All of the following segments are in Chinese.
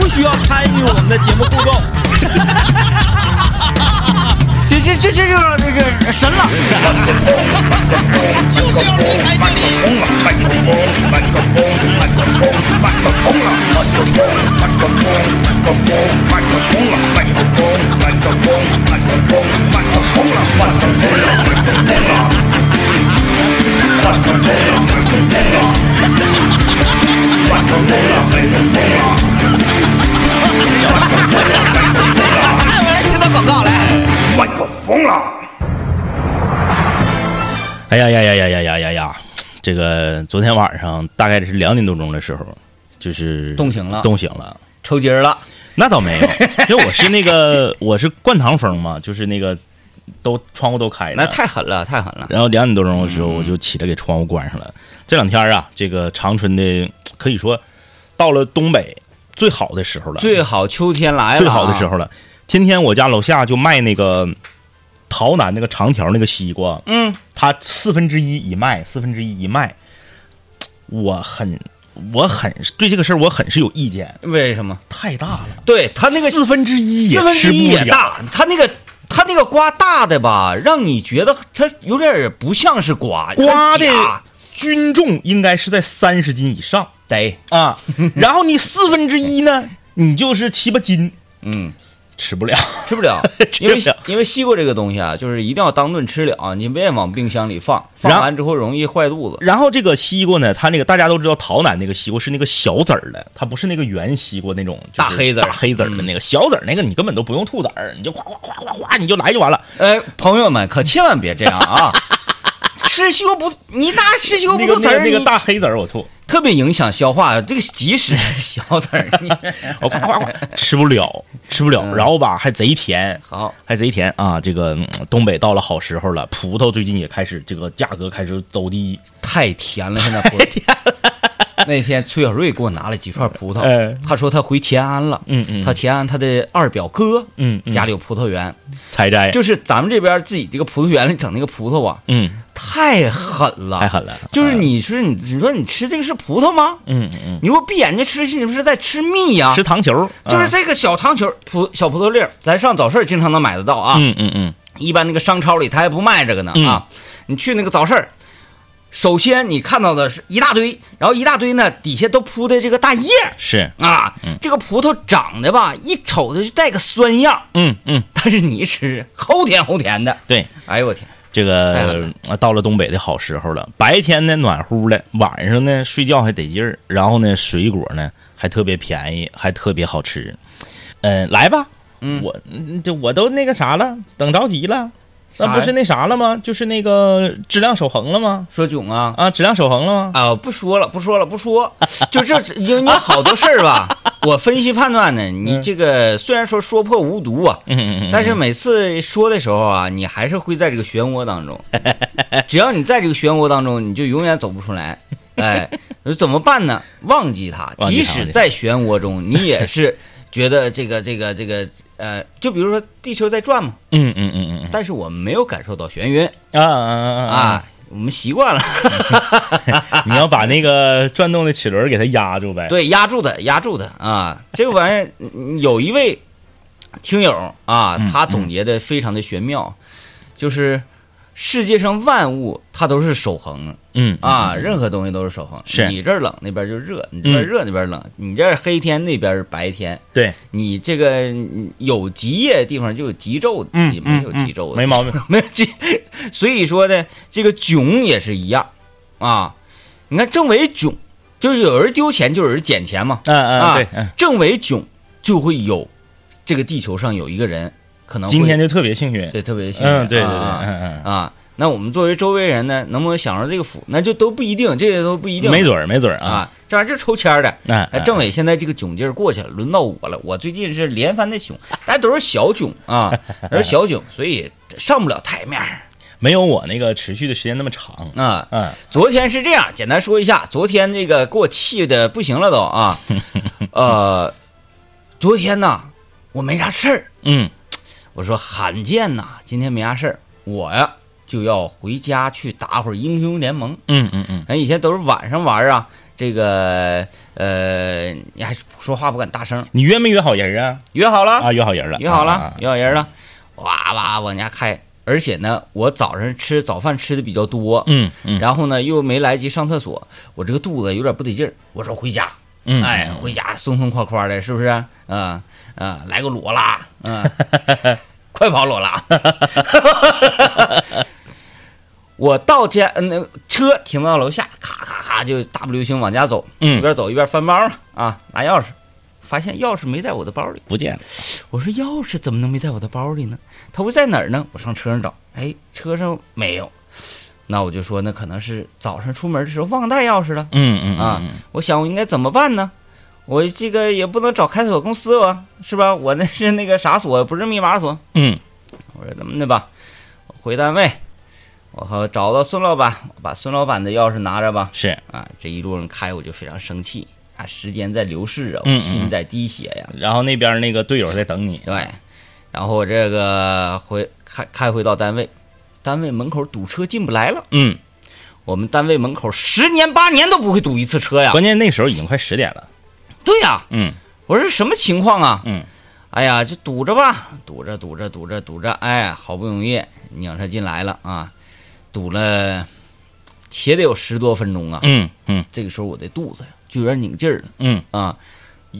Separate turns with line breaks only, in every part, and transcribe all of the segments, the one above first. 不需要参与我们的节目互动。
这这这这就是这个神了。
就是要离开这里。
哎，我来听段广告来。
麦克风了。
哎呀呀呀呀呀呀呀呀！这个昨天晚上大概是两点多钟的时候，就是
动情了
动情了。
抽筋儿了，
那倒没有， 因为我是那个我是灌汤风嘛，就是那个都窗户都开着。
那太狠了，太狠了。
然后两点多钟的时候，我就起来给窗户关上了。这两天啊，这个长春的可以说到了东北最好的时候了，
最好秋天来了，啊
最好的时。候了。天天我家楼下就卖那个桃南那个长条那个西瓜，
嗯，
它四分之一一卖，四分之一一卖。我很，我很对这个事儿我很是有意见，
为什么？
太大了，
对他嗯那个
四分之一也
四分之一
吃
也
不了
大，他那个他那个瓜大的吧，让你觉得它有点儿不像是瓜，
瓜
很
的
假
均重应该是在三十斤以上
贼，
啊，然后你四分之一呢，你就是七八斤，
嗯，
吃不了。，
吃不了
吃
因为
不了
西因为西瓜这个东西啊，就是一定要当顿吃了，啊你别往冰箱里放，放
然后
完之后容易坏肚子。
然后这个西瓜呢，它那个大家都知道，桃南那个西瓜是那个小籽儿的，它不是那个圆西瓜那种、就
大
是
黑籽儿嗯
大黑籽儿的那个、小籽儿那个，你根本都不用吐籽儿，你就哗哗哗哗哗你就来就完了。
哎，朋友们可千万别这样 啊！吃西瓜不，你那吃西瓜
那
不
个
吐籽
那
儿，
个那个
你
大黑籽儿我吐，
特别影响消化，这个即使小籽儿，你
我哗哗哗吃不了，吃不了，然后吧还贼甜，
嗯好
还贼甜啊！这个嗯东北到了好时候了，葡萄最近也开始这个价格开始走低，
太甜了，现在 葡萄。那天崔小瑞给我拿了几串葡萄，
哎
他说他回天安了，
嗯嗯
他前安他的二表哥，
嗯嗯
家里有葡萄园，
采摘
就是咱们这边自己这个葡萄园里整那个葡萄啊，
嗯
太狠了，
太狠了，哎
就是你说你你说你吃这个是葡萄吗？
嗯嗯嗯，
你如果闭眼睛吃，你不是在吃蜜呀、
吃糖球儿
就是
啊
这个小糖球葡小葡萄粒儿，咱上早市儿经常能买得到啊。
嗯嗯嗯
一般那个商超里他还不卖这个呢啊。你去那个早市儿，首先你看到的是一大堆，然后一大堆呢底下都铺的这个大叶儿
是
啊。这个葡萄长得吧，一瞅着就带个酸样儿，
嗯嗯
但是你一吃，齁甜齁甜的。
对。
哎呦我天，
这
太
个
狠
啊到了东北的好时候了，白天呢暖乎的，晚上呢睡觉还得劲儿，然后呢水果呢还特别便宜，还特别好吃。嗯、来吧，嗯，我嗯这我都那个啥了，等着急了，那
啥
不
呀
是那啥了吗？就是那个质量守恒了吗？
说囧啊，
啊，质量守恒了吗？
啊，不说了，不说了，不说。就这是，因为有好多事儿吧，我分析判断呢，你这个虽然说说破无毒啊，
嗯嗯嗯
但是每次说的时候啊，你还是会在这个漩涡当 中。只要你在这个漩涡当中，你就永远走不出来。 哎，怎么办呢？忘记它，
忘记
即
它
使
忘记它
在漩涡中，你也是觉得这个这个这个呃，就比如说地球在转嘛，
嗯嗯嗯嗯
但是我们没有感受到眩晕
嗯啊啊啊
啊，我们习惯了。
啊！你要把那个转动的齿轮给它压住呗。
对，压住它，压住它啊！这个玩意儿，嗯有一位听友啊，
嗯
他总结的非常的玄妙，就是世界上万物它都是守恒的
嗯，
啊，任何东西都是守恒。
是
你这儿冷那边就热，你这边
嗯
热那边冷，你这儿黑天那边白天，
对，
你这个嗯有极夜的地方就有极昼的，
嗯
也没有
嗯
极昼的，
没毛病，
没有极。所以说呢，这个囧也是一样啊。你看政委囧，就是有人丢钱，就有人捡钱嘛。
嗯嗯
啊，
对，嗯，
政委囧就会有这个地球上有一个人可能会
今天就特别幸运。
对特别幸运，
嗯，对对对，
啊
嗯嗯。
啊。那我们作为周围人呢，能不能享受这个福？那就都不一定，这些都不一定，
没准儿，没准儿啊。
啊，这玩意儿就抽签儿的。
那、
哎，政委现在这个囧劲儿过去了，轮到我了。我最近是连番的囧，大家都是小囧啊，都是小囧，所以上不了台面儿
没有我那个持续的时间那么长。
啊。
嗯，
昨天是这样，简单说一下，昨天这个给我气的不行了都啊，呃，昨天呢我没啥事儿，
嗯
我说罕见呐，今天没啥事儿，我呀就要回家去打会儿英雄联盟。
嗯嗯嗯
哎，以前都是晚上玩啊，这个呃，你还说话不敢大声，
你约没约好人啊？
约好了
啊，约好人 了，
约好
啊
了
啊，
约好人了，哇哇往家开。而且呢，我早上吃早饭吃的比较多，
嗯嗯
然后呢又没来及上厕所，我这个肚子有点不得劲儿。我说回家，
嗯
哎，回家松松快快的，是不是？啊、啊、来个裸拉， 嗯、快跑裸拉。 我到家，嗯、那车停到楼下，咔咔咔就大步流星往家走，
嗯
一边走一边翻包啊啊，拿钥匙，发现钥匙没在我的包里。
不见了，
我说钥匙怎么能没在我的包里呢？他会在哪儿呢？我上车上找，哎，车上没有。那我就说，那可能是早上出门的时候忘带钥匙了
嗯嗯
啊
嗯。
我想我应该怎么办呢？我这个也不能找开锁公司吧，是吧？我那是那个啥锁，不是密码锁。
嗯
我说那么的吧，我回单位，我和找到孙老板，我把孙老板的钥匙拿着吧。
是，
啊，这一路上开我就非常生气啊，时间在流逝啊，我
嗯嗯
心在滴血呀、
然后那边那个队友在等你，
对，然后我这个回开开回到单位，单位门口堵车进不来了。
嗯，
我们单位门口十年八年都不会堵一次车呀。
关键那时候已经快十点了，
对呀、
嗯
我说什么情况啊？
嗯
哎呀，就堵着吧，堵着堵着堵着堵着，哎，好不容易拧上进来了啊，堵了，且得有十多分钟啊。
嗯嗯
这个时候我的肚子呀就有点拧劲儿了。
嗯
啊，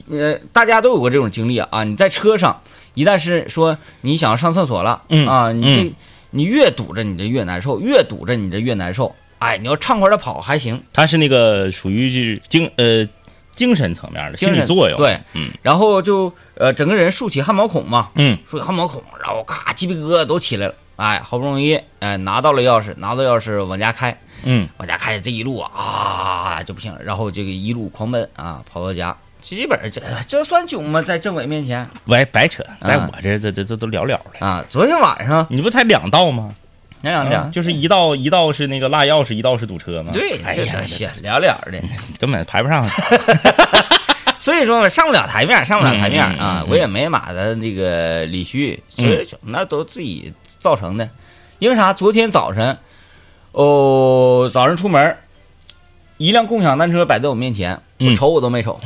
呃，大家都有过这种经历啊。啊你在车上，一旦是说你想上厕所了，
嗯
啊，你这、
嗯
你越堵着你这越难受，越堵着你这越难受。哎，你要畅快的跑还行，
他是那个属于是精呃精神层面的心理作用，
精神
嗯
然后就呃整个人竖起汗毛孔嘛，
嗯
竖起汗毛孔，然后咔鸡皮疙瘩都起来了。哎，好不容易哎拿到了钥匙，拿到钥匙往家开，
嗯
往家开这一路啊就不行了，然后这个一路狂奔啊跑到家，基本上这这算囧吗？在政委面前
白白扯，在
啊
我这这这这都了了了，
啊，昨天晚上
你不才两道吗？
那两
啊
点
就是一道一道是那个落钥匙，一道是堵车嘛。
对，
哎
这
呀嗯
这，显了了的，
根本排不上。
所以说嘛上不了台面，上不了台面
嗯嗯
啊
嗯！嗯嗯
我也没骂他那个李旭，所以就那都自己造成的。因为啥？昨天早晨，哦，早上出门，一辆共享单车摆在我面前，我
嗯
瞅我都没瞅，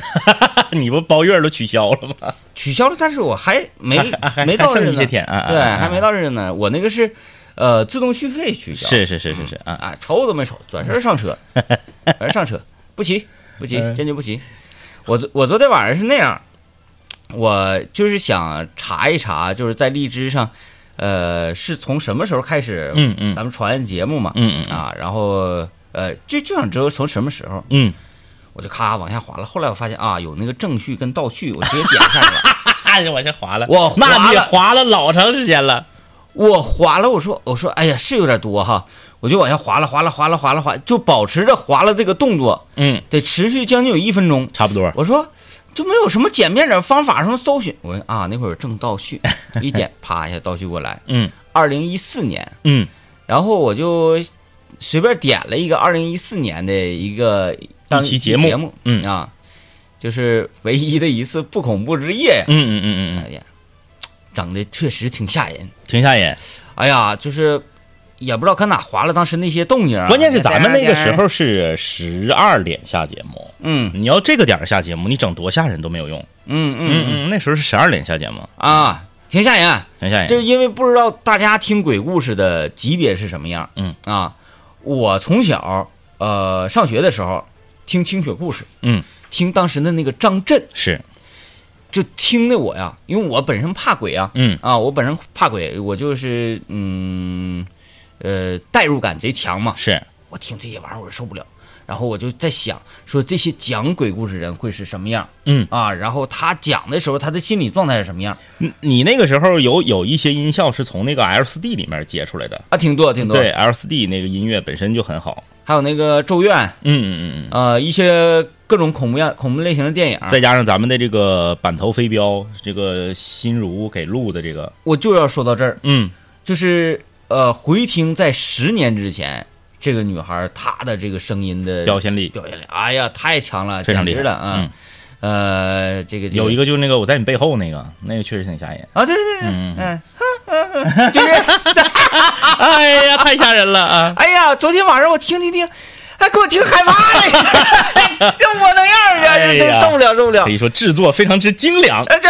你不包月都取消了吗？
取消了，但是我还没
还
没到
还
日
剩
子
一些天啊啊
对，
啊啊
还没到日子呢。我那个是呃自动续费取消，
是是是是是啊，
啊，瞅我都没瞅，转身上 车，转身上车，不骑，不骑，
嗯
坚决不骑。我昨我昨天晚上是那样，我就是想查一查，就是在荔枝上，呃，是从什么时候开始，
嗯嗯
咱们传节目嘛，
嗯嗯嗯
啊，然后呃，就就想知道从什么时候，
嗯，
我就咔往下滑了。后来我发现啊，有那个正序跟倒序，我直接点开了，
哎呀，我先划了，
我划了
那你划了老长时间了，
我滑了，我说我说，哎呀，是有点多哈，我就往下滑了滑了滑了滑了滑，就保持着滑了这个动作。
嗯，
得持续将近有一分钟。
差不多，
我说就没有什么简便点方法，什么搜寻？我说啊，那会儿正倒叙，一点 啪一下倒叙过来。
嗯
二零一四年，
嗯
然后我就随便点了一个二零一四年的一个当
一期节
节
目
目
嗯
啊，就是唯一的一次不恐怖之夜
嗯。嗯嗯嗯
哎呀，整的确实挺吓人。
嗯，挺吓人。
哎呀，就是也不知道搁哪划了，当时那些动静啊。
关键是咱们那个时候是十二点下节目，
嗯，
你要这个点儿下节目，你整多吓人都没有用。
嗯嗯嗯
嗯嗯，那时候是十二点下节目，
啊，挺吓人。
挺吓人。
就是因为不知道大家听鬼故事的级别是什么样。
嗯
啊，我从小呃上学的时候听清雪故事，
嗯
听当时的那个张震，
是，
就听的我呀，因为我本身怕鬼啊，
嗯
啊，我本身怕鬼，我就是嗯呃代入感贼强嘛，
是，
我听这些玩意儿我受不了。然后我就在想，说这些讲鬼故事人会是什么样
嗯，
啊？然后他讲的时候，他的心理状态是什么样
你嗯你那个时候有有一些音效是从那个 L 4 D 里面接出来的，
啊？挺多，挺多。
对 L 4 D 那个音乐本身就很好。
还有那个《咒怨》，
嗯嗯嗯嗯，
呃，一些各种恐怖样、恐怖类型的电影，
再加上咱们的这个板头飞镖，这个心如给录的这个，
我就要说到这儿，
嗯
就是呃，回听在十年之前，这个女孩她的这个声音的
表现力
表现力，哎呀，太强了，
非常厉
简直
害嗯
了啊！呃，这个
有一
个
个就是那个我在你背后那个，那个确实挺吓人。
啊，对对对，
嗯
嗯，嗯就是，
哎呀，太吓人了啊！
哎呀，昨天晚上我听听听，还给我听害怕 了，这我能样儿
哎
去？
呀
这受不了，受不了
可以说制作非常之精良，
哎这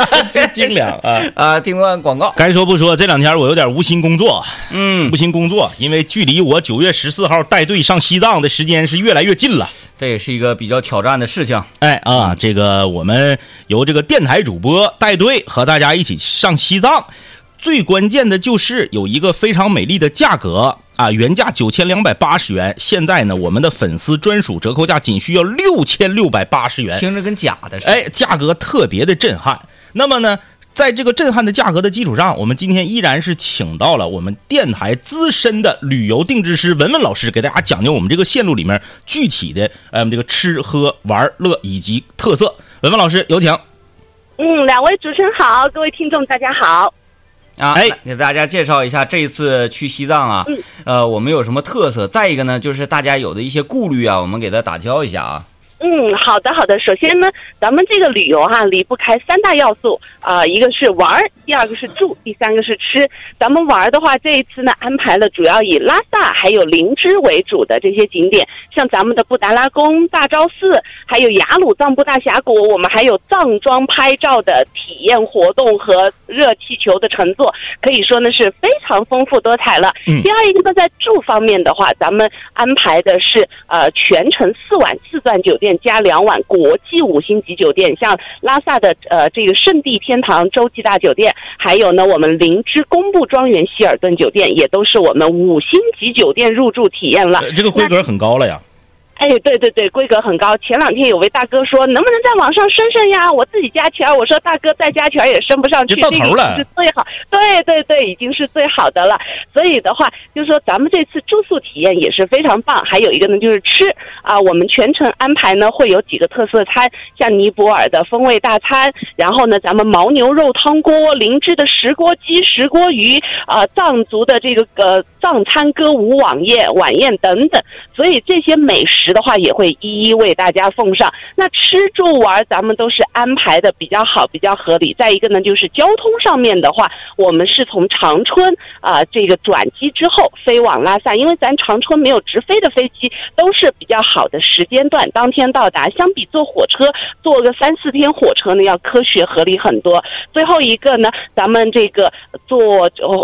啊，之精良啊。
啊！听完广告，
该说不说，这两天我有点无心工作，
嗯
无，心工作，因为距离我九月十四号带队上西藏的时间是越来越近了。
这也是一个比较挑战的事情。
哎啊，这个我们由这个电台主播带队和大家一起上西藏，最关键的就是有一个非常美丽的价格啊，原价九千两百八十元，现在呢我们的粉丝专属折扣价仅需要六千六百八十元，
听着跟假的似的。
哎，价格特别的震撼。那么呢，在这个震撼的价格的基础上，我们今天依然是请到了我们电台资深的旅游定制师文文老师，给大家讲究我们这个线路里面具体的，嗯、这个吃喝玩乐以及特色。文文老师有请。
嗯，两位主持人好，各位听众大家好。
啊，
哎
那给大家介绍一下这一次去西藏啊，呃，我们有什么特色？再一个呢，就是大家有的一些顾虑啊，我们给它打消一下啊。
嗯，好的好的。首先呢，咱们这个旅游哈、离不开三大要素啊、一个是玩儿，第二个是住，第三个是吃。咱们玩儿的话，这一次呢安排了主要以拉萨还有林芝为主的这些景点，像咱们的布达拉宫、大昭寺，还有雅鲁藏布大峡谷，我们还有藏装拍照的体验活动和热气球的乘坐，可以说呢是非常丰富多彩了。
嗯
第二一个呢，在住方面的话，咱们安排的是呃全程四晚四钻酒店加两晚国际五星级酒店，像拉萨的呃这个圣地天堂洲际大酒店，还有呢我们林芝工布庄园希尔顿酒店，也都是我们五星级酒店入住体验了。
呃这个规格很高了呀。
哎，对对对，规格很高。前两天有位大哥说，能不能在网上升升呀？我自己加钱儿，我说大哥再加钱儿也升不上去，
就到头
这个已经
了
是最好，对对对，已经是最好的了。所以的话，就是说咱们这次住宿体验也是非常棒。还有一个呢，就是吃啊，我们全程安排呢会有几个特色餐，像尼泊尔的风味大餐，然后呢，咱们牦牛肉汤锅、灵芝的石锅鸡、石锅鱼啊、藏族的这个呃藏餐歌舞晚宴、晚宴等等。所以这些美食的话，也会一一为大家奉上。那吃住玩，咱们都是安排的比较好，比较合理。再一个呢，就是交通上面的话，我们是从长春啊、这个转机之后飞往拉萨，因为咱长春没有直飞的飞机，都是比较好的时间段，当天到达。相比坐火车，坐个三四天火车呢，要科学合理很多。最后一个呢，咱们这个坐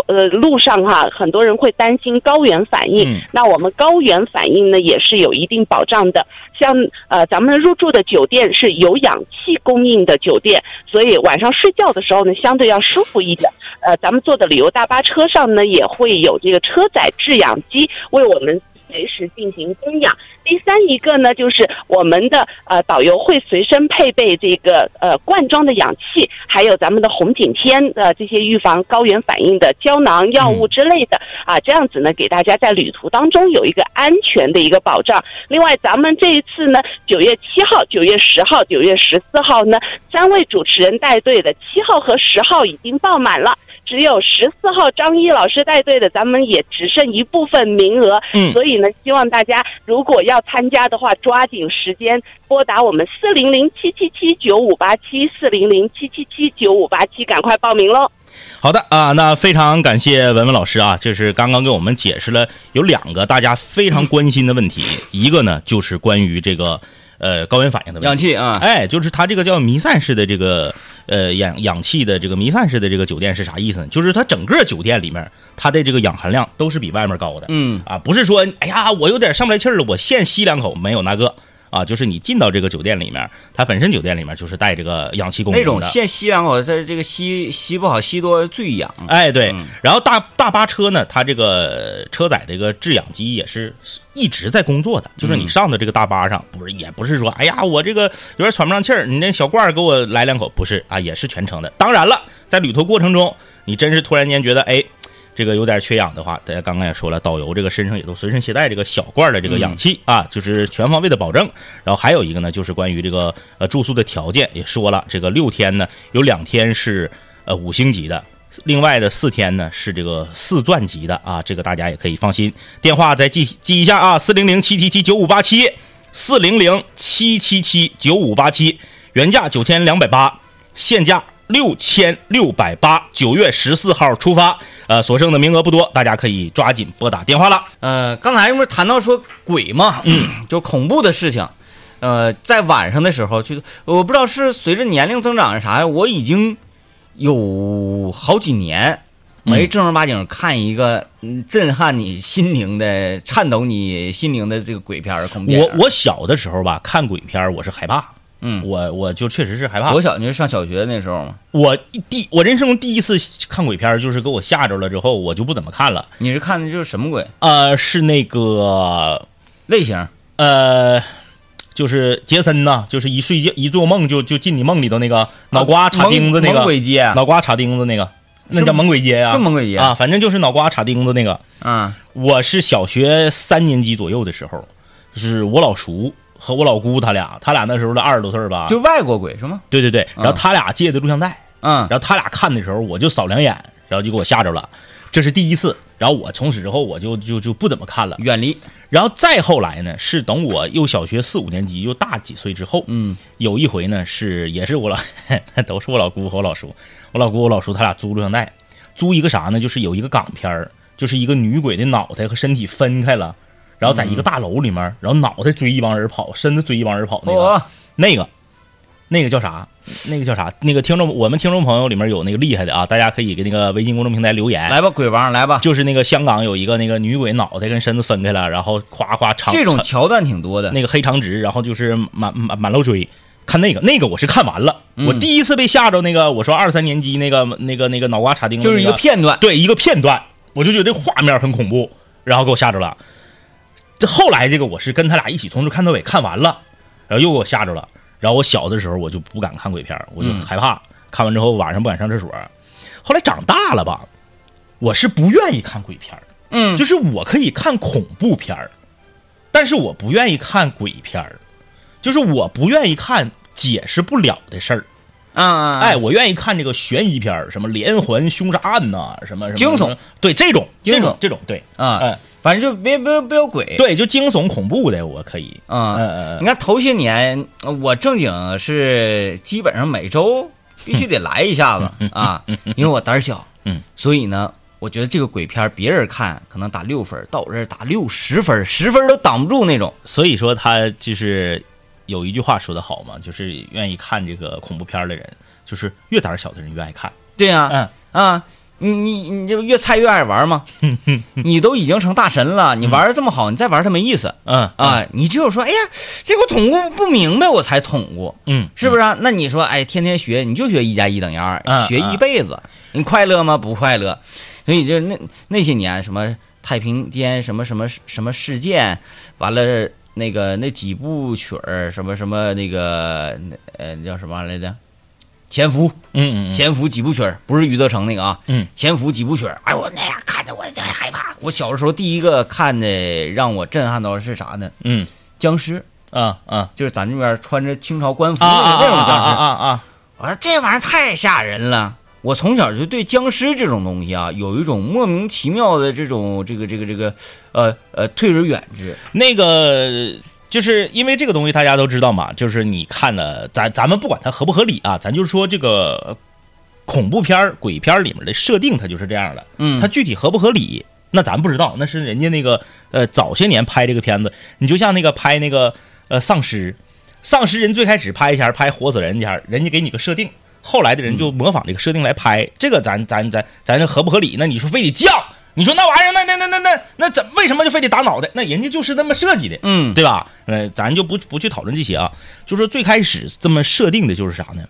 呃路上哈、很多人会担心高原反应，
嗯
那我们高原反应呢也是有一定保障的。像呃咱们入住的酒店是有氧气供应的酒店，所以晚上睡觉的时候呢，相对要舒服一点。呃，咱们坐的旅游大巴车上呢，也会有这个车载制氧机为我们随时进行供氧。第三一个呢，就是我们的呃导游会随身配备这个呃罐装的氧气，还有咱们的红景天的、呃、这些预防高原反应的胶囊、药物之类的啊，这样子呢，给大家在旅途当中有一个安全的一个保障。另外，咱们这一次呢，九月七号、九月十号、九月十四号呢，三位主持人带队的七号和十号已经爆满了。只有十四号张一老师带队的，咱们也只剩一部分名额，
嗯
所以呢，希望大家如果要参加的话，抓紧时间拨打我们四零零七七七九五八七四零零七七七九五八七，赶快报名喽！
好的啊，那非常感谢文文老师啊，就是刚刚给我们解释了有两个大家非常关心的问题，一个呢就是关于这个呃高原反应的问
氧
题。
气啊，
哎，就是它这个叫弥散式的这个呃氧氧气的这个弥散式的这个酒店是啥意思呢？就是它整个酒店里面它的这个氧含量都是比外面高的。
嗯
啊，不是说哎呀我有点上不来气儿了，我现吸两口，没有那个啊，就是你进到这个酒店里面，它本身酒店里面就是带这个氧气供应
那
的。
种现吸两口，它这个吸吸不好，吸多最痒。啊
哎，对，然后大大巴车呢，它这个车载这个制氧机也是一直在工作的，就是你上的这个大巴上，不是也不是说，哎呀，我这个有点喘不上气儿，你那小罐儿给我来两口，不是啊，也是全程的。当然了，在旅途过程中，你真是突然间觉得，哎。这个有点缺氧的话，大家刚刚也说了，导游这个身上也都随身携带这个小罐儿的这个氧气、啊，就是全方位的保证。然后还有一个呢，就是关于这个呃住宿的条件也说了，这个六天呢有两天是呃五星级的，另外的四天呢是这个四钻级的啊，这个大家也可以放心。电话再记记一下啊，四零零七七七九五八七，四零零七七七九五八七，原价九千两百八，现价六千六百八，九月十四号出发，呃，所剩的名额不多，大家可以抓紧拨打电话了。
呃，刚才不是谈到说鬼嘛，就恐怖的事情，呃，在晚上的时候，就我不知道是随着年龄增长是啥呀，我已经有好几年没正儿八经看一个嗯震撼你心灵的、颤抖你心灵的这个鬼片儿、恐怖电
我
影。
我小的时候吧，看鬼片儿我是害怕，
啊嗯啊
我我就确实是害怕。
我小学上小学那时候嘛，
我一第我人生中第一次看鬼片儿就是给我吓着了之后，我就不怎么看了。
你是看的就是什么鬼
呃，是那个
类型？
呃，就是杰森呐、就是一睡觉一做梦就就进你梦里头那个脑瓜插钉子那个，
猛鬼街，啊
脑瓜插钉子那个，那叫猛鬼街呀、
是猛鬼街
啊，反正就是脑瓜插钉子那个。
嗯
我是小学三年级左右的时候，就是我老叔和我老姑他俩，他俩那时候都二十多岁儿吧，
就外国鬼是吗？
对对对，
嗯
然后他俩借的录像带，
嗯，
然后他俩看的时候，我就扫两眼，然后就给我吓着了，这是第一次。然后我从此之后我就就就不怎么看了。
远离，
然后再后来呢，是等我又小学四五年级又大几岁之后，
嗯，
有一回呢是也是我老 都是我老姑和我老叔，我老姑我老叔他俩租录像带，租一个啥呢？就是有一个港片儿，就是一个女鬼的脑袋和身体分开了，然后在一个大楼里面，然后脑袋追一帮人跑，身子追一帮人跑那个。
我
那个，那个叫啥？那个叫啥？那个听众，我们听众朋友里面有那个厉害的啊，大家可以给那个微信公众平台留言。
来吧，鬼王来吧，
就是那个香港有一个那个女鬼脑袋跟身子分开了，然后夸夸长
这种
长
桥段挺多的。
那个黑长直，然后就是满满满楼追。看那个，那个我是看完了，
嗯
我第一次被吓着那个，我说二三年级那个那个那个脑瓜插钉子、
就是一
那
个片段。
对一个片段，我就觉得这画面很恐怖，然后给我吓着了。这后来这个我是跟他俩一起从头看到尾看完了，然后又给我吓着了。然后我小的时候我就不敢看鬼片儿，我就
嗯
害怕，看完之后晚上不敢上厕所。后来长大了吧，我是不愿意看鬼片儿，
嗯，
就是我可以看恐怖片儿，但是我不愿意看鬼片儿，就是我不愿意看解释不了的事儿。
啊啊，
哎，，我愿意看这个悬疑片儿，什么连环凶杀案呐、什么什么
惊悚
什么，对这种
惊悚
这种这种对
啊
哎
反正就别别别有鬼。
对，就惊悚恐怖的我可以，
啊，
嗯嗯嗯
你看头些年呃我正经是基本上每周必须得来一下子啊，因为我胆儿小，
嗯，
所以呢。我觉得这个鬼片儿别人看可能打六分儿，到我这儿打六十分儿，十分儿都挡不住那种。
所以说他就是有一句话说的好嘛，就是愿意看这个恐怖片儿的人，就是越胆儿小的人越爱看，
对呀、
嗯
啊，你你你这不越菜越爱玩 吗？你都已经成大神了，你玩的这么好，你再玩它没意思
嗯
啊！你只有说，哎呀，这个我捅咕不明白，我才捅咕，
嗯，
是不是、啊？那你说，哎，天天学，你就学一加一等于二，
嗯
学一辈子，你快乐吗？不快乐。所以就那那些年，什么太平间什么什么什么事件，完了那个那几部曲儿，什么什么那个呃叫什么来着？潜伏，
嗯嗯嗯
潜伏几部曲儿，不是余则成那个啊，
嗯，
潜伏几部曲儿，哎我那呀看的我这害怕。我小的时候第一个看的让我震撼到的是啥呢？
嗯
僵尸，
啊啊
就是咱这边穿着清朝官服
啊
的那
啊
种
啊
僵尸。
啊啊！
我说这玩意儿太吓人了。我从小就对僵尸这种东西啊，有一种莫名其妙的这种这个这个这个，呃呃，退而远之。
那个就是因为这个东西大家都知道嘛，就是你看了，咱咱们不管它合不合理啊，咱就是说这个呃恐怖片儿、鬼片儿里面的设定，它就是这样的。
嗯
它具体合不合理，那咱不知道，那是人家那个呃早些年拍这个片子，你就像那个拍那个呃丧尸，丧尸人最开始拍一下拍活死人家，人家给你个设定。后来的人就模仿这个设定来拍，这个咱咱咱咱这合不合理？那你说非得叫，你说那玩意儿，那那那那那那怎为什么就非得打脑袋？那人家就是那么设计的，
嗯
对吧？呃，咱就不不去讨论这些啊，就说最开始这么设定的就是啥呢？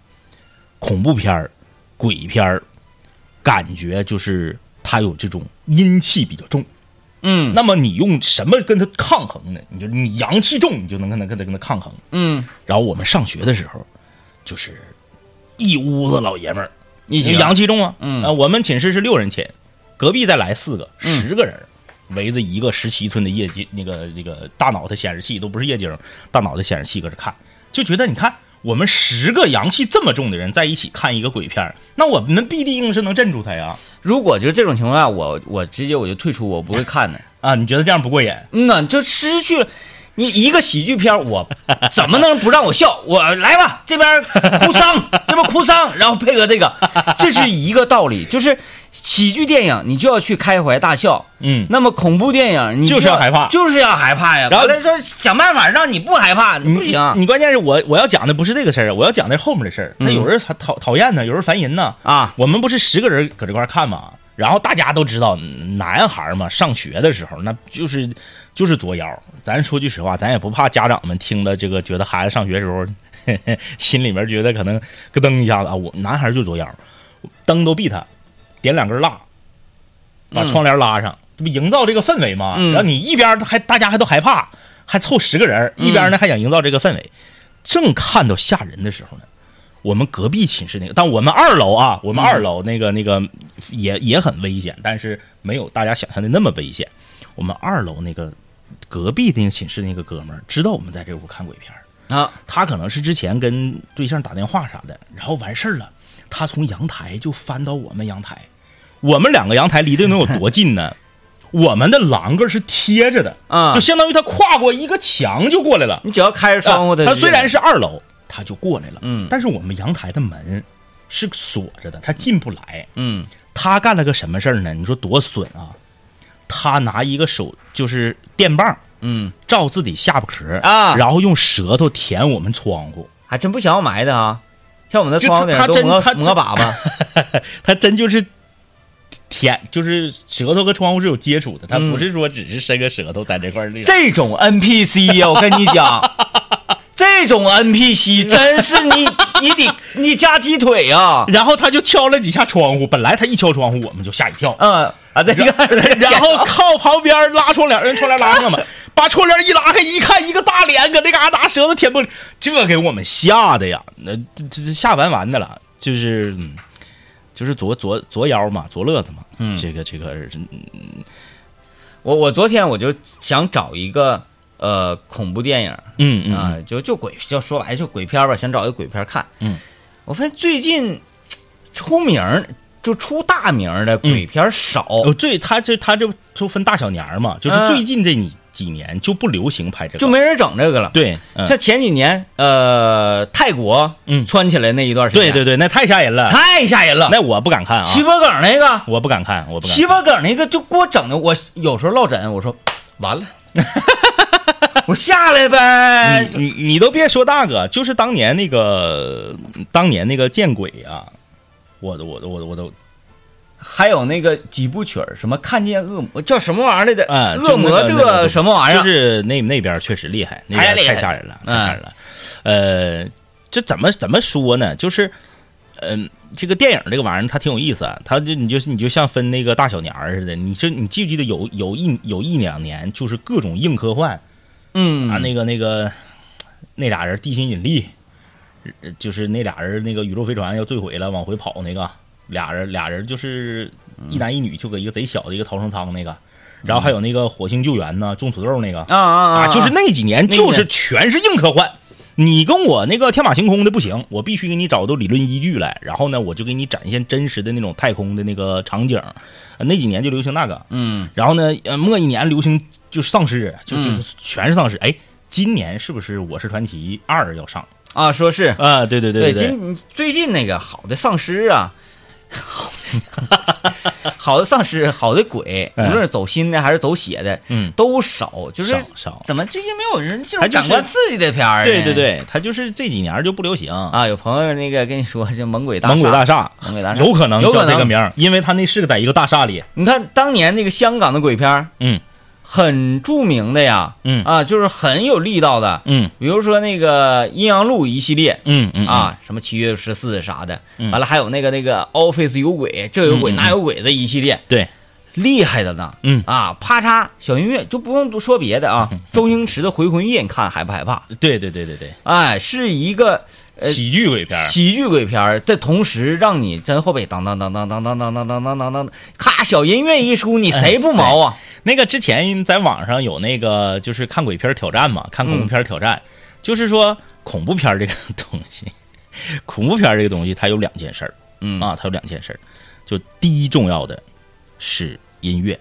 恐怖片儿、鬼片儿，感觉就是它有这种阴气比较重。
嗯
那么你用什么跟它抗衡呢？你就你阳气重，你就能跟它跟它跟它抗衡。
嗯，
然后我们上学的时候，就是一屋子老爷们儿，
一起玩
阳气重啊。
嗯
啊我们寝室是六人寝，隔壁再来四个，十个人儿围着一个十七寸的液晶，那个那个大脑袋显示器都不是液晶，大脑袋显示器搁这看，就觉得你看。我们十个阳气这么重的人在一起看一个鬼片儿那我们必定是能镇住他呀！
如果就这种情况下，我我直接我就退出，我不会看的。
啊，你觉得这样不过瘾？
嗯呐，就失去了。你 一个喜剧片儿，我怎么能不让我笑？我来吧，这边哭丧，这边哭哭丧，然后配合这个，这是一个道理。就是喜剧电影，你就要去开怀大笑。
嗯，
那么恐怖电影，你
就是要害怕
就是要害怕呀。
然后
他说想办法让你不害怕，
你
不行啊
你关键是我我要讲的不是这个事儿，我要讲的是后面的事儿。他
嗯
有人讨讨讨厌呢，有人烦人呢。
啊。
我们不是十个人搁这块儿看嘛，然后大家都知道，男孩儿嘛，上学的时候那就是就是作妖。咱说句实话，咱也不怕家长们听了这个，觉得孩子上学的时候， 嘿嘿心里面觉得可能咯噔一下子啊，我男孩儿就作妖，灯都避他，点两根蜡，把窗帘拉上，这不营造这个氛围吗？
嗯
然后你一边儿还大家还都害怕，还凑十个人儿，一边儿呢还想营造这个氛围，正看到吓人的时候呢。我们隔壁寝室那个，但我们二楼啊，我们二楼那个那个也也很危险，但是没有大家想象的那么危险。我们二楼那个隔壁那个寝室那个哥们儿知道我们在这屋看鬼片儿，
啊，
他可能是之前跟对象打电话啥的，然后完事儿了，他从阳台就翻到我们阳台，我们两个阳台离得能有多近呢？我们的栏杆是贴着的，
啊
就相当于他跨过一个墙就过来了。
你只要开着窗户的，
啊他虽然是二楼，他就过来了，
嗯
但是我们阳台的门是锁着的，他进不来。
嗯
他干了个什么事儿呢？你说多损啊！他拿一个手就是电棒
嗯，
照自己下巴壳
啊
然后用舌头舔我们窗户。
还真不想要埋的啊。像我们的
就
窗户顶
他
都
真
磨
他
磨粑粑，
他真就是舔，就是舌头和窗户是有接触的，他不是说只是伸个舌头在这块儿那个。
嗯这种 NPC 呀、我跟你 讲，这种 NPC 真是 你你得你夹鸡腿呀、啊，
然后他就敲了几下窗户，本来他一敲窗户我们就吓一跳，
嗯啊，这个
然后靠旁边拉窗帘，让窗帘拉上嘛，把窗帘一拉开，一看一个大脸搁那嘎达舌头舔玻璃，这给我们吓的呀，那这这这吓完完的了，就是。嗯就是左左左腰嘛，左乐子嘛，嗯，这个这个，嗯
我我昨天我就想找一个呃恐怖电影啊、
嗯嗯
就就鬼就说白了就鬼片吧，想找一个鬼片看。
嗯，
我发现最近出名儿就出大名儿的鬼片少。
哦，最他这他这都分大小年儿嘛，就是
嗯
最近这你几年就不流行拍这个，
就没人整这个了。，
对，嗯
像前几年，呃，泰国，
嗯
窜起来那一段时
对
间，
对
对，
对，那太吓人了，
太吓人了。
那我不敢看啊，
七波梗那个，
我不敢看，我不敢
七
看。
八梗那个就给我整的，我有时候落枕，我说完了， 我下来呗。
你你你都别说那个，就是当年那个当年那个见鬼啊，我都我都我都我都
还有那个几部曲儿，什么看见恶魔叫什么玩意儿来着？
啊，就
恶魔
那个那个
的什么玩意儿？
就是那那边确实厉害，那
太
边
厉害
太吓人了，太
嗯
吓人了。呃，这怎么怎么说呢？就是，嗯、这个电影这个玩意儿它挺有意思啊，它就你就你就像分那个大小年儿似的。你就你记不记得有有一有一两年就是各种硬科幻
嗯
啊，那个那个那俩人地心引力，呃就是那俩人那个宇宙飞船要坠毁了往回跑那个，俩人俩人就是一男一女就搁一个贼小的一个逃生舱那个。然后还有那个火星救援呢，种土豆那个
啊啊
啊，就是那几年
那
就是
个
全是硬科幻。你跟我那个天马行空的不行，我必须给你找到理论依据来，然后呢，我就给你展现真实的那种太空的那个场景。呃那几年就流行那个，
嗯
然后呢，呃，末一年流行就是丧尸，就
嗯
就是全是丧尸。哎，今年是不是《我是传奇二》要上
啊，说是
啊？对对对对，
今最近那个好的丧尸啊， 好的丧尸，好的鬼，无
嗯
论是走心的还是走血的，
嗯
都少，就是
少少
怎么最近没有人这
他
种
就
感
是
官刺激的片儿呢？
对对对，他就是这几年就不流行。
啊，有朋友那个跟你说，这猛鬼大
猛鬼大厦，
猛鬼大厦
有可能
有可
叫这
能
个名儿，因为他那是在一个大厦里。
你看当年那个香港的鬼片儿
嗯
很著名的呀，
嗯
啊，就是很有力道的，
嗯
比如说那个《阴阳路》一系列。
嗯嗯，
啊，什么七月十四啥的，
嗯
完了还有那个那个 Office 有鬼，这有鬼
嗯嗯
那有鬼的一系列，
对，
厉害的呢，
嗯
啊，啪嚓，小音乐就不用多说别的啊。周星驰的《回魂夜》，你看害不害怕？
对对对对对。
哎，是一个呃
喜剧鬼片儿，
喜剧鬼片儿，但同时让你真后背当当当当当当当当当当当当，咔，小音乐一出，你谁不毛啊？
那个之前在网上有那个就是看鬼片儿挑战嘛，看恐怖片儿挑战，
嗯
就是说恐怖片儿这个东西， 恐怖片儿这个东西它有两件事儿，
嗯
啊，它有两件事儿，就第一重要的是音乐，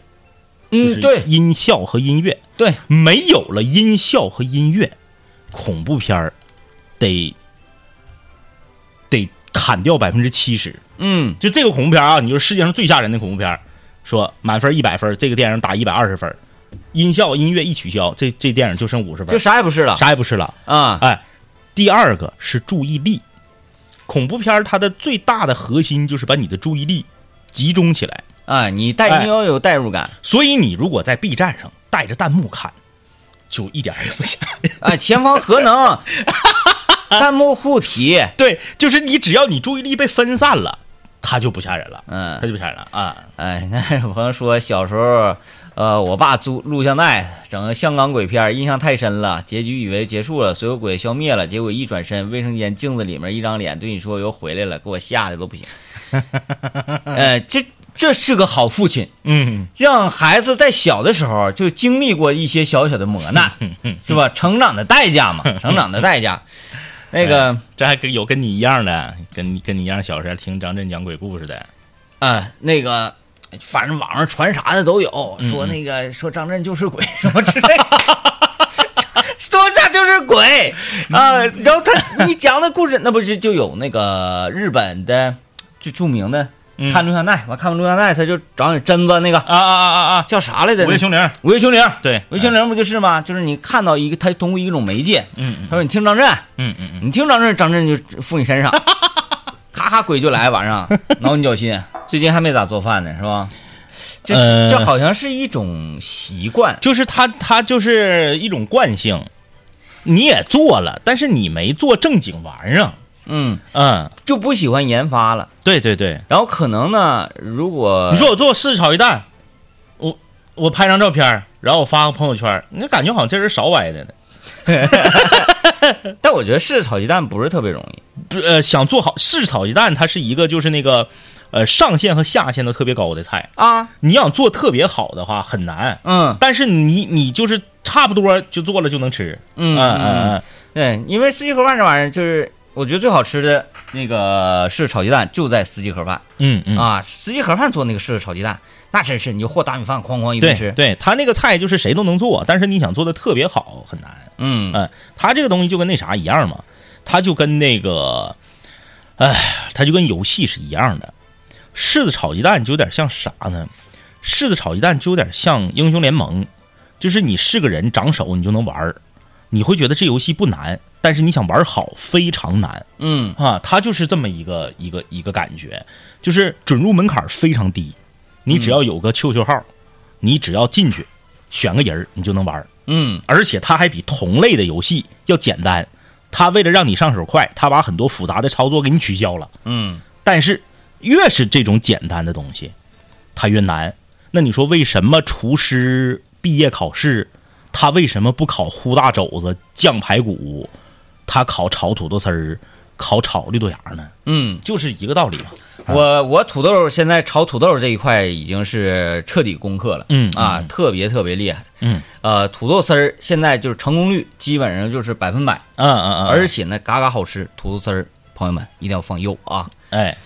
就
嗯，
是
对
音效和音乐，
对，
没有了音效和音乐，恐怖片儿得得砍掉百分之七十。
嗯，
就这个恐怖片啊，你就是世界上最吓人的恐怖片，说满分一百分，这个电影打一百二十分，音效音乐一取消，这这电影就剩五十分，
就啥也不是了
啥也不是了。
啊。
哎，第二个是注意力，恐怖片儿它的最大的核心就是把你的注意力集中起来。
啊，你带
哎
你要有代入感。
所以你如果在 B 站上带着弹幕看，就一点儿也不吓 人。
哎，前方核能，弹幕护体，
对，就是你只要你注意力被分散了，它就不吓人了，
嗯
它就不吓人了啊。
哎，那有朋友说小时候，呃，我爸租录像带，整个香港鬼片儿，印象太深了。结局以为结束了，所有鬼消灭了，结果一转身，卫生间镜子里面一张脸对你说又回来了，给我吓得都不行。呃，这这是个好父亲，
嗯，
让孩子在小的时候就经历过一些小小的磨难，是吧？成长的代价嘛，成长的代价。那个啊、
这还跟有跟你一样的，跟你跟你一样小时候听张震讲鬼故事的。
呃那个。反正网上传啥的都有，
嗯
说那个说张震就是鬼什么之类的， 说他就是鬼
嗯
啊、然后他你讲的故事，那不是就有那个日本的最著名的
嗯
看录像带，完看完录像带他就找你针子那个
啊啊啊啊啊！
叫啥来着？
午夜凶铃，
午夜凶铃，
对
吴青玲不就是吗？就是你看到一个，他通过一种媒介，
嗯嗯
他说你听张震，
嗯嗯
你听张震，张震就附你身上， 咔咔鬼就来，晚 上挠你脚心。最近还没咋做饭呢，是吧？这是、
呃
这好像是一种习惯，
就是它它就是一种惯性，你也做了，但是你没做正经玩意儿。啊
嗯，
嗯，
就不喜欢研发了。
对对对，
然后可能呢，如果
你说我做四十炒鸡蛋，我我拍张照片儿，然后我发个朋友圈儿，你感觉好像这人少歪的呢。
但我觉得试着炒鸡蛋不是特别容易，
不呃，想做好是炒鸡蛋，它是一个就是那个呃上限和下限都特别高的菜
啊。
你想做特别好的话很难，
嗯
但是你你就是差不多就做了就能吃。
嗯
嗯嗯嗯，
对，因为四季盒饭这玩意儿，就是我觉得最好吃的那个是炒鸡蛋，就在四季盒饭。
嗯嗯
啊，十几盒饭做那个柿子炒鸡蛋，那真是你就和大米饭哐哐一顿
对
吃。
对，他那个菜就是谁都能做，但是你想做的特别好很难。
嗯
嗯，他这个东西就跟那啥一样嘛，他就跟那个，哎，他就跟游戏是一样的。柿子炒鸡蛋就有点像啥呢？柿子炒鸡蛋就有点像英雄联盟，就是你是个人长手你就能玩儿，你会觉得这游戏不难，但是你想玩好非常难
嗯
啊！它就是这么一个一个一个感觉，就是准入门槛儿非常低，你只要有个 QQ 号，你只要进去选个人儿你就能玩儿。
嗯
而且它还比同类的游戏要简单。它为了让你上手快，它把很多复杂的操作给你取消了。
嗯
但是越是这种简单的东西，它越难。那你说为什么厨师毕业考试，他为什么不考烀大肘子、酱排骨，他考炒土豆丝儿、考炒绿豆芽呢？
嗯，
就是一个道理嘛。
我我土豆现在炒土豆这一块已经是彻底攻克了，
嗯
啊，特别特别厉害。
嗯
呃，土豆丝儿现在就是成功率基本上就是百分百，
嗯嗯嗯，
而且呢，嘎嘎好吃。土豆丝儿，朋友们一定要放肉啊！
哎，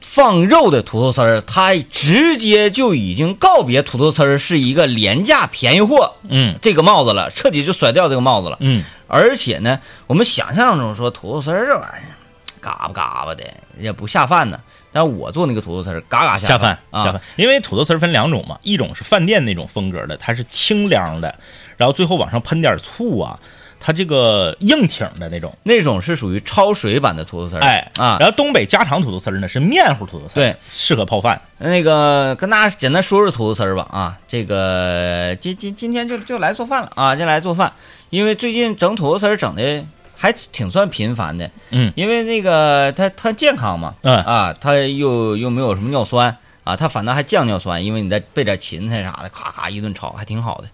放肉的土豆丝儿，它直接就已经告别土豆丝儿是一个廉价便宜货
嗯
这个帽子了，彻底就甩掉这个帽子了。
嗯
而且呢，我们想象中说土豆丝儿这玩意儿，嘎巴嘎巴的也不下饭呢。但我做那个土豆丝儿，嘎嘎
下
饭
饭
啊，
下饭，因为土豆丝儿分两种嘛，一种是饭店那种风格的，它是清凉的，然后最后往上喷点醋啊，它这个硬挺的那种。
那种是属于焯水版的土豆丝儿，
哎
啊，
然后东北家常土豆丝儿呢是面糊土豆丝儿，
对，
适合泡饭。
那个跟大家简单说说土豆丝儿吧啊，这个今今今天就就来做饭了啊，就来做饭，因为最近整土豆丝儿整的还挺算频繁的，
嗯
因为那个它它健康嘛，
嗯
啊，它又又没有什么尿酸啊，它反倒还降尿酸，因为你再备点芹菜啥的，咔咔一顿炒，还挺好的。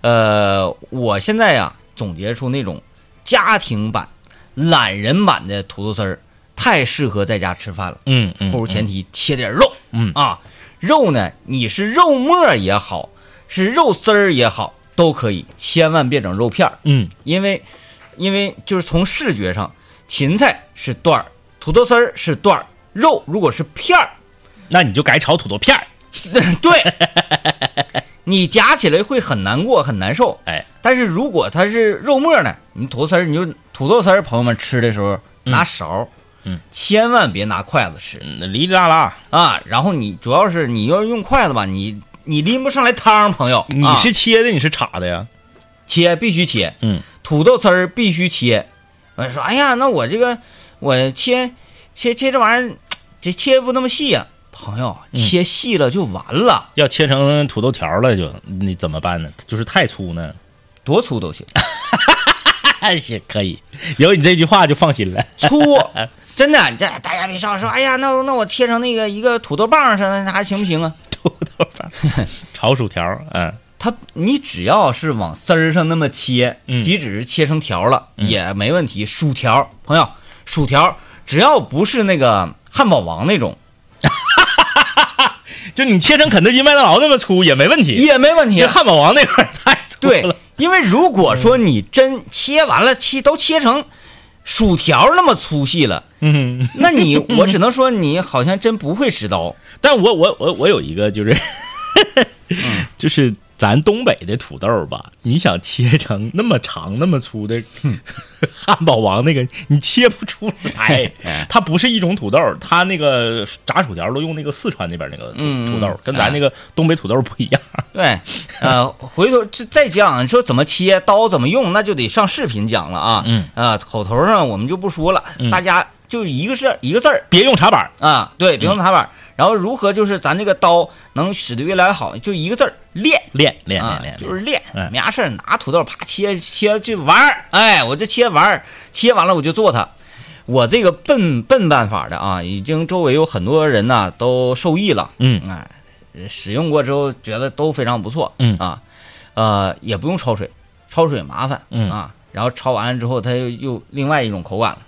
呃，我现在呀、总结出那种家庭版、懒人版的土豆丝儿，太适合在家吃饭了。
嗯嗯，
不如前提切点肉，
嗯
啊，肉呢，你是肉末儿也好，是肉丝儿也好，都可以，千万别整肉片儿。
嗯
因为因为就是从视觉上，芹菜是段儿，土豆丝儿是段儿，肉如果是片儿，
那你就改炒土豆片儿。
对，你夹起来会很难过，很难受。
哎，
但是如果它是肉末呢，你土豆丝儿，你就土豆丝儿，朋友们吃的时候拿勺儿
嗯，
千万别拿筷子吃
嗯哩哩啦啦，
啊。然后你主要是你要是用筷子吧，你你拎不上来汤，朋友，
你
啊
是切的，你是插的呀？
切必须切，
嗯，
土豆丝儿必须切。我就说，哎呀，那我这个我切切切这玩意儿，这切不那么细呀、朋友，切细了就完了，
要切成土豆条了就，你怎么办呢？就是太粗 呢？
多粗都行，
行，可以，有你这句话就放心了。
粗真的，这大家别笑说，哎呀，那我那我贴成那个一个土豆棒上，那还行不行啊？
土豆饭， 炒薯条，嗯，
它你只要是往丝儿上那么切，
嗯
即使是切成条了、也没问题。薯条，朋友，薯条只要不是那个汉堡王那种
就你切成肯德基、麦当劳那么粗也没问题。
也没问题啊
这。汉堡王那块儿太粗
对
了，，
因为如果说你真切完了切都切成薯条那么粗细了，
嗯，
那你我只能说你好像真不会使 刀。。
但我我我我有一个就是， 就是咱东北的土豆吧，你想切成那么长那么粗的 汉堡王那个，你切不出来
哎
它不是一种土豆，它那个炸薯条都用那个四川那边那个土
嗯
土豆，跟
哎
咱那个东北土豆不一样。
对，呃，回头这再讲，你说怎么切，刀怎么用，那就得上视频讲了啊。
嗯，
啊，口头上我们就不说了，大家就一个字儿一个字儿
别用茶板儿，
啊，对，别用
嗯
打板儿。然后如何就是咱这个刀能使得越来越好，就一个字儿练。
练练
啊
练练，
就是练，
哎
没啥事儿，拿土豆啪切切这玩儿，哎，我就切玩儿，切完了我就做它。我这个笨笨办法的啊，已经周围有很多人呐、都受益了，
嗯
哎，使用过之后觉得都非常不错，
嗯
啊，呃，也不用焯水，焯水麻烦，
嗯
啊，然后焯完了之后，它又又另外一种口感了，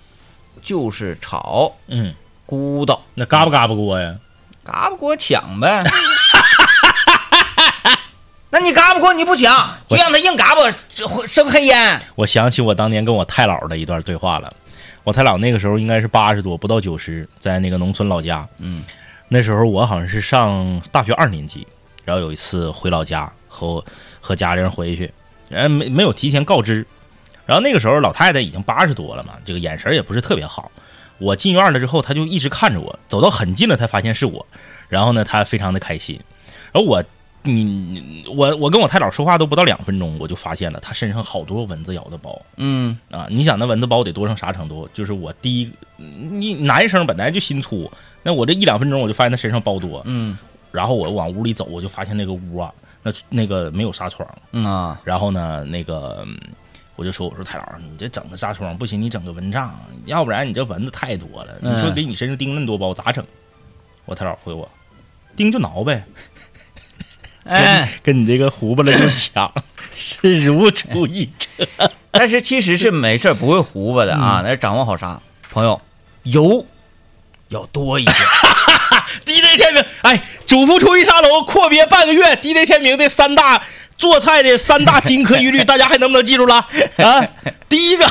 就是炒
嗯，
咕捣，
那嘎巴嘎巴锅呀，
嘎巴锅抢呗。 那你嘎巴锅你不抢，就让他硬嘎巴，这会生黑烟。
我想起我当年跟我太姥的一段对话了。我太姥那个时候应该是八十多，不到九十，在那个农村老家。
嗯，
那时候我好像是上大学二年级，然后有一次回老家和我和家人回去，然后没没有提前告知。然后那个时候老太太已经八十多了嘛，这个眼神也不是特别好。我进院了之后，她就一直看着我，走到很近了才发现是我。然后呢，她非常的开心。然后我，你你我我跟我太姥说话都不到两分钟，我就发现了她身上好多蚊子咬的包。
嗯
啊，你想那蚊子包得多成啥程度？就是我第一，嗯你男生本来就心粗，那我这一两分钟我就发现他身上包多，
嗯
然后我往屋里走，我就发现那个屋啊，那那个没有纱窗，
嗯啊，
然后呢，那个嗯我就说，我说太姥，你这整个纱窗不行，你整个蚊帐，要不然你这蚊子太多了，你说
嗯
给你身上叮那么多包咋整？我太姥回我，叮就挠呗，
哎，
跟你这个胡巴了就 抢，是如出一辙。
但是其实是没事儿不会胡巴的啊，那掌握好啥，朋友，油要多一些。
DJ 天明，哎，主妇出去沙龙阔别半个月，DJ 天明的三大做菜的三大金科玉 律，大家还能不能记住了啊？第一个，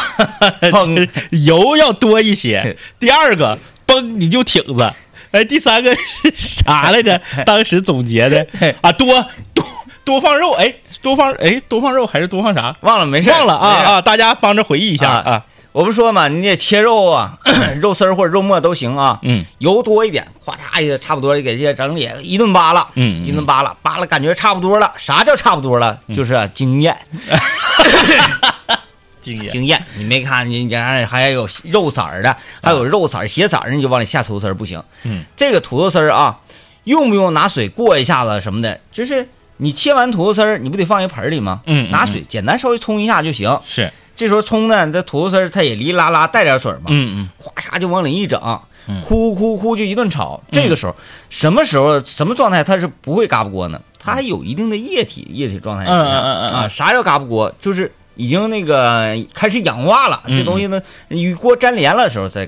崩
油要多一些；第二个，崩你就挺着；哎，第三个是啥来 着？当时总结的 啊，多多多放肉，哎，多放哎，多放肉还是多放啥？
忘了没事儿，
忘了啊
没事儿
啊！大家帮着回忆一下
啊
啊，
我不说嘛，你得切肉啊， 肉丝儿或者肉末都行啊。
嗯，
油多一点，咵嚓一下，差不多给这整理一顿扒拉，
嗯嗯
一顿扒拉，扒拉感觉差不多了。啥叫差不多了？就是啊经验，
经验啊
经验。你没看你你看还有肉色儿的，还有肉色儿、血色儿，你就往里下土豆丝儿不行。
嗯，
这个土豆丝儿啊，用不用拿水过一下子什么的？就是你切完土豆丝儿，你不得放一盆儿里吗？
嗯嗯
拿水简单稍微冲一下就行。
是，
这时候冲呢，这土豆丝儿它也离啦啦带点水嘛，
嗯嗯，
咵嚓就往里一整
嗯，
哭哭哭就一顿炒。这个时候，什么时候什么状态它是不会嘎巴锅呢？它还有一定的液体液体状态
嗯嗯嗯嗯嗯
啊，啥叫嘎巴锅？就是已经那个开始氧化了，
嗯
这东西呢与锅粘连了的时候再，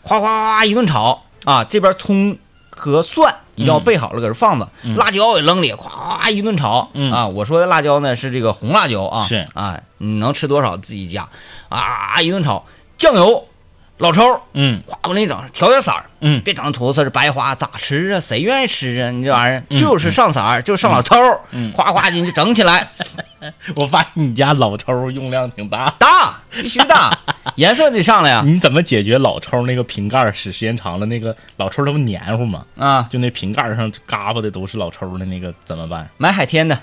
哗哗哗哗一顿炒啊，这边葱。和蒜一定要备好了，搁这放着。辣椒也扔里，咵咵咵一顿炒。
嗯
啊，我说的辣椒呢是这个红辣椒啊，
是
啊，你能吃多少自己加啊，一顿炒。酱油，老抽，
嗯
夸往里整，调点色儿，
嗯
别整那土豆丝儿白花，咋吃啊？谁愿意吃啊？你这玩意儿
嗯
就是上色儿，就上老抽，
嗯
夸夸你就整起来，
我发现你家老抽用量挺大，
大必须大，颜色得上来呀、
你怎么解决老抽那个瓶盖儿使时间长了那个老抽它不黏糊吗？
啊！
就那瓶盖儿上嘎巴的都是老抽的那个怎么办？
买海 天的，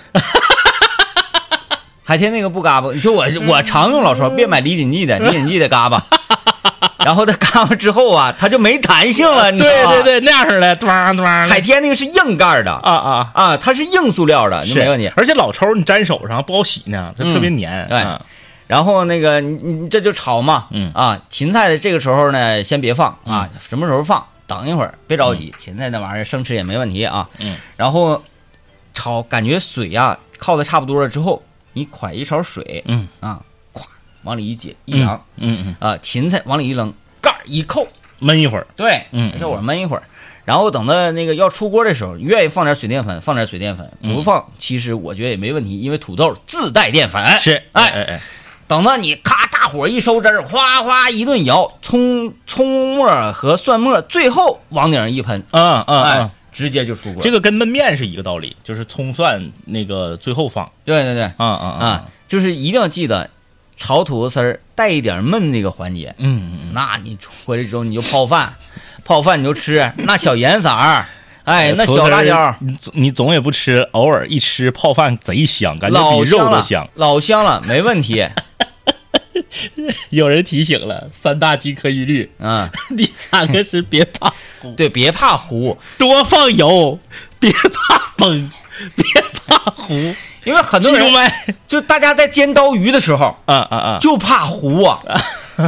海天那个不嘎巴，你说我我常用老抽，别买李锦记的，李锦记的嘎 巴，然后它嘎巴之后啊，它就没弹性了，你知道
对
吧
对，对，那样式的，咣咣的。
海天那个是硬盖儿的啊
啊啊，
啊，它是硬塑料的，就是没问题。
而且老抽你粘手上不好洗呢，它特别黏。
对
啊
然后那个你你这就炒嘛，
嗯
啊，芹菜的这个时候呢，先别放啊，什么时候放？等一会儿，别着急，芹菜那玩意儿生吃也没问题啊。
嗯，
然后炒，感觉水呀、靠的差不多了之后，你㧟一勺水，
嗯
啊，咵往里一解一
嗯
扬，
嗯
啊，芹菜往里一扔，盖儿一扣，
嗯，焖一会儿。
对，
嗯
这会儿焖一会儿，然后等到那个要出锅的时候，愿意放点水淀粉放点水淀粉，
嗯
不放其实我觉得也没问题，因为土豆自带淀粉，
是，
哎
哎哎，
等到你咔大火一收汁儿，哗哗一顿摇，葱葱末和蒜末最后往顶上一喷，
嗯嗯
哎
嗯，，
直接就出锅。
这个跟焖面是一个道理，就是葱蒜那个最后放。
对对对，
啊啊
啊，，就是一定要记得炒土豆丝儿带一点焖这个环节。
嗯嗯嗯，
那你回来之后你就泡饭，泡饭你就吃那小盐色儿，哎，那小辣椒
你总你总也不吃，偶尔一吃泡饭贼香，感觉
老
比肉
香
都
了
香。，
老香了，没问题。
有人提醒了，三大忌可以律，
嗯，
第三个是别 怕糊，
对，别怕糊，
多放油，别怕崩，别怕糊，
因为很
记
多
住
人
没？
就大家在煎刀鱼的时候，
啊啊啊！
就怕糊 啊。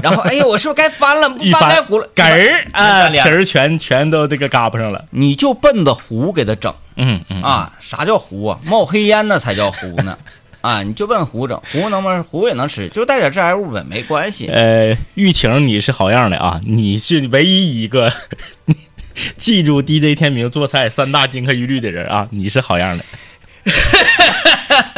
然后，哎呀，我是不是该翻了？不
一
该
翻
糊了，
梗儿啊，
啊
皮儿全全都这个嘎巴上了。
你就奔着糊给它整
嗯嗯
啊！啥叫糊啊？冒黑烟那才叫糊 呢！啊，你就奔糊整，糊能不能糊也能吃，就带点致癌物呗，没关系。
呃，玉晴，你是好样的啊！你是唯一一个 记住 DJ 天明做菜三大金科玉律的人啊！你是好样的，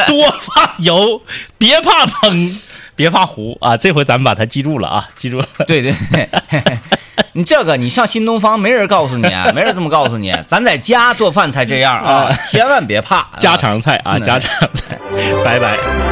多放油，别怕崩，别怕糊啊！这回咱们把它记住了啊，记住了。
对对对， 你这个你上新东方没人告诉你，啊没人这么告诉你，咱在 啊家做饭才这样啊，千万别怕啊
家常菜啊，
嗯
家常菜，拜拜。